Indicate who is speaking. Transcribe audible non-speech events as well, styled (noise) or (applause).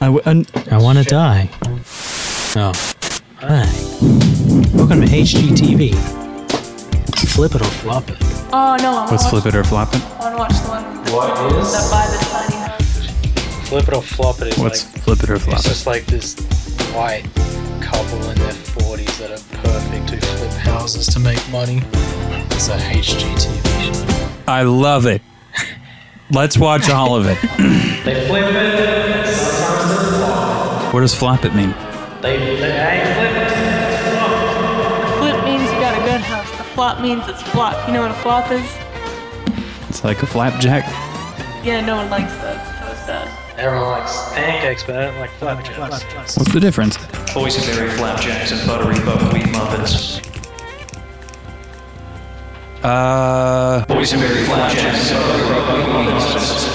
Speaker 1: I w- and
Speaker 2: I want to die. Oh. Hi. Welcome to HGTV. Flip it or flop it.
Speaker 3: Oh no, I
Speaker 1: let's
Speaker 3: want
Speaker 1: flip it or flop it.
Speaker 3: to watch the one. What is? That by the tiny house.
Speaker 2: Flip it or flop it is
Speaker 1: What's
Speaker 2: like
Speaker 1: flip it or flop
Speaker 2: it's
Speaker 1: it?
Speaker 2: just like this white couple in their forties that are perfect who flip houses to make money. It's a HGTV show.
Speaker 1: I love it. Let's watch all (laughs) of it.
Speaker 2: They flip it.
Speaker 1: What does flop it mean?
Speaker 2: They they flip it.
Speaker 3: Flip means you got a good house. The flop means it's flop. You know what a flop is?
Speaker 1: It's like a flapjack.
Speaker 3: Yeah, no one likes that. That was bad.
Speaker 2: Everyone likes pancakes, but I don't like flapjacks.
Speaker 1: What's the difference?
Speaker 4: Boysenberry flapjacks and buttery buckwheat muffins.
Speaker 1: Uh, Uh,
Speaker 4: Boysenberry flapjacks and buttery buckwheat muffins.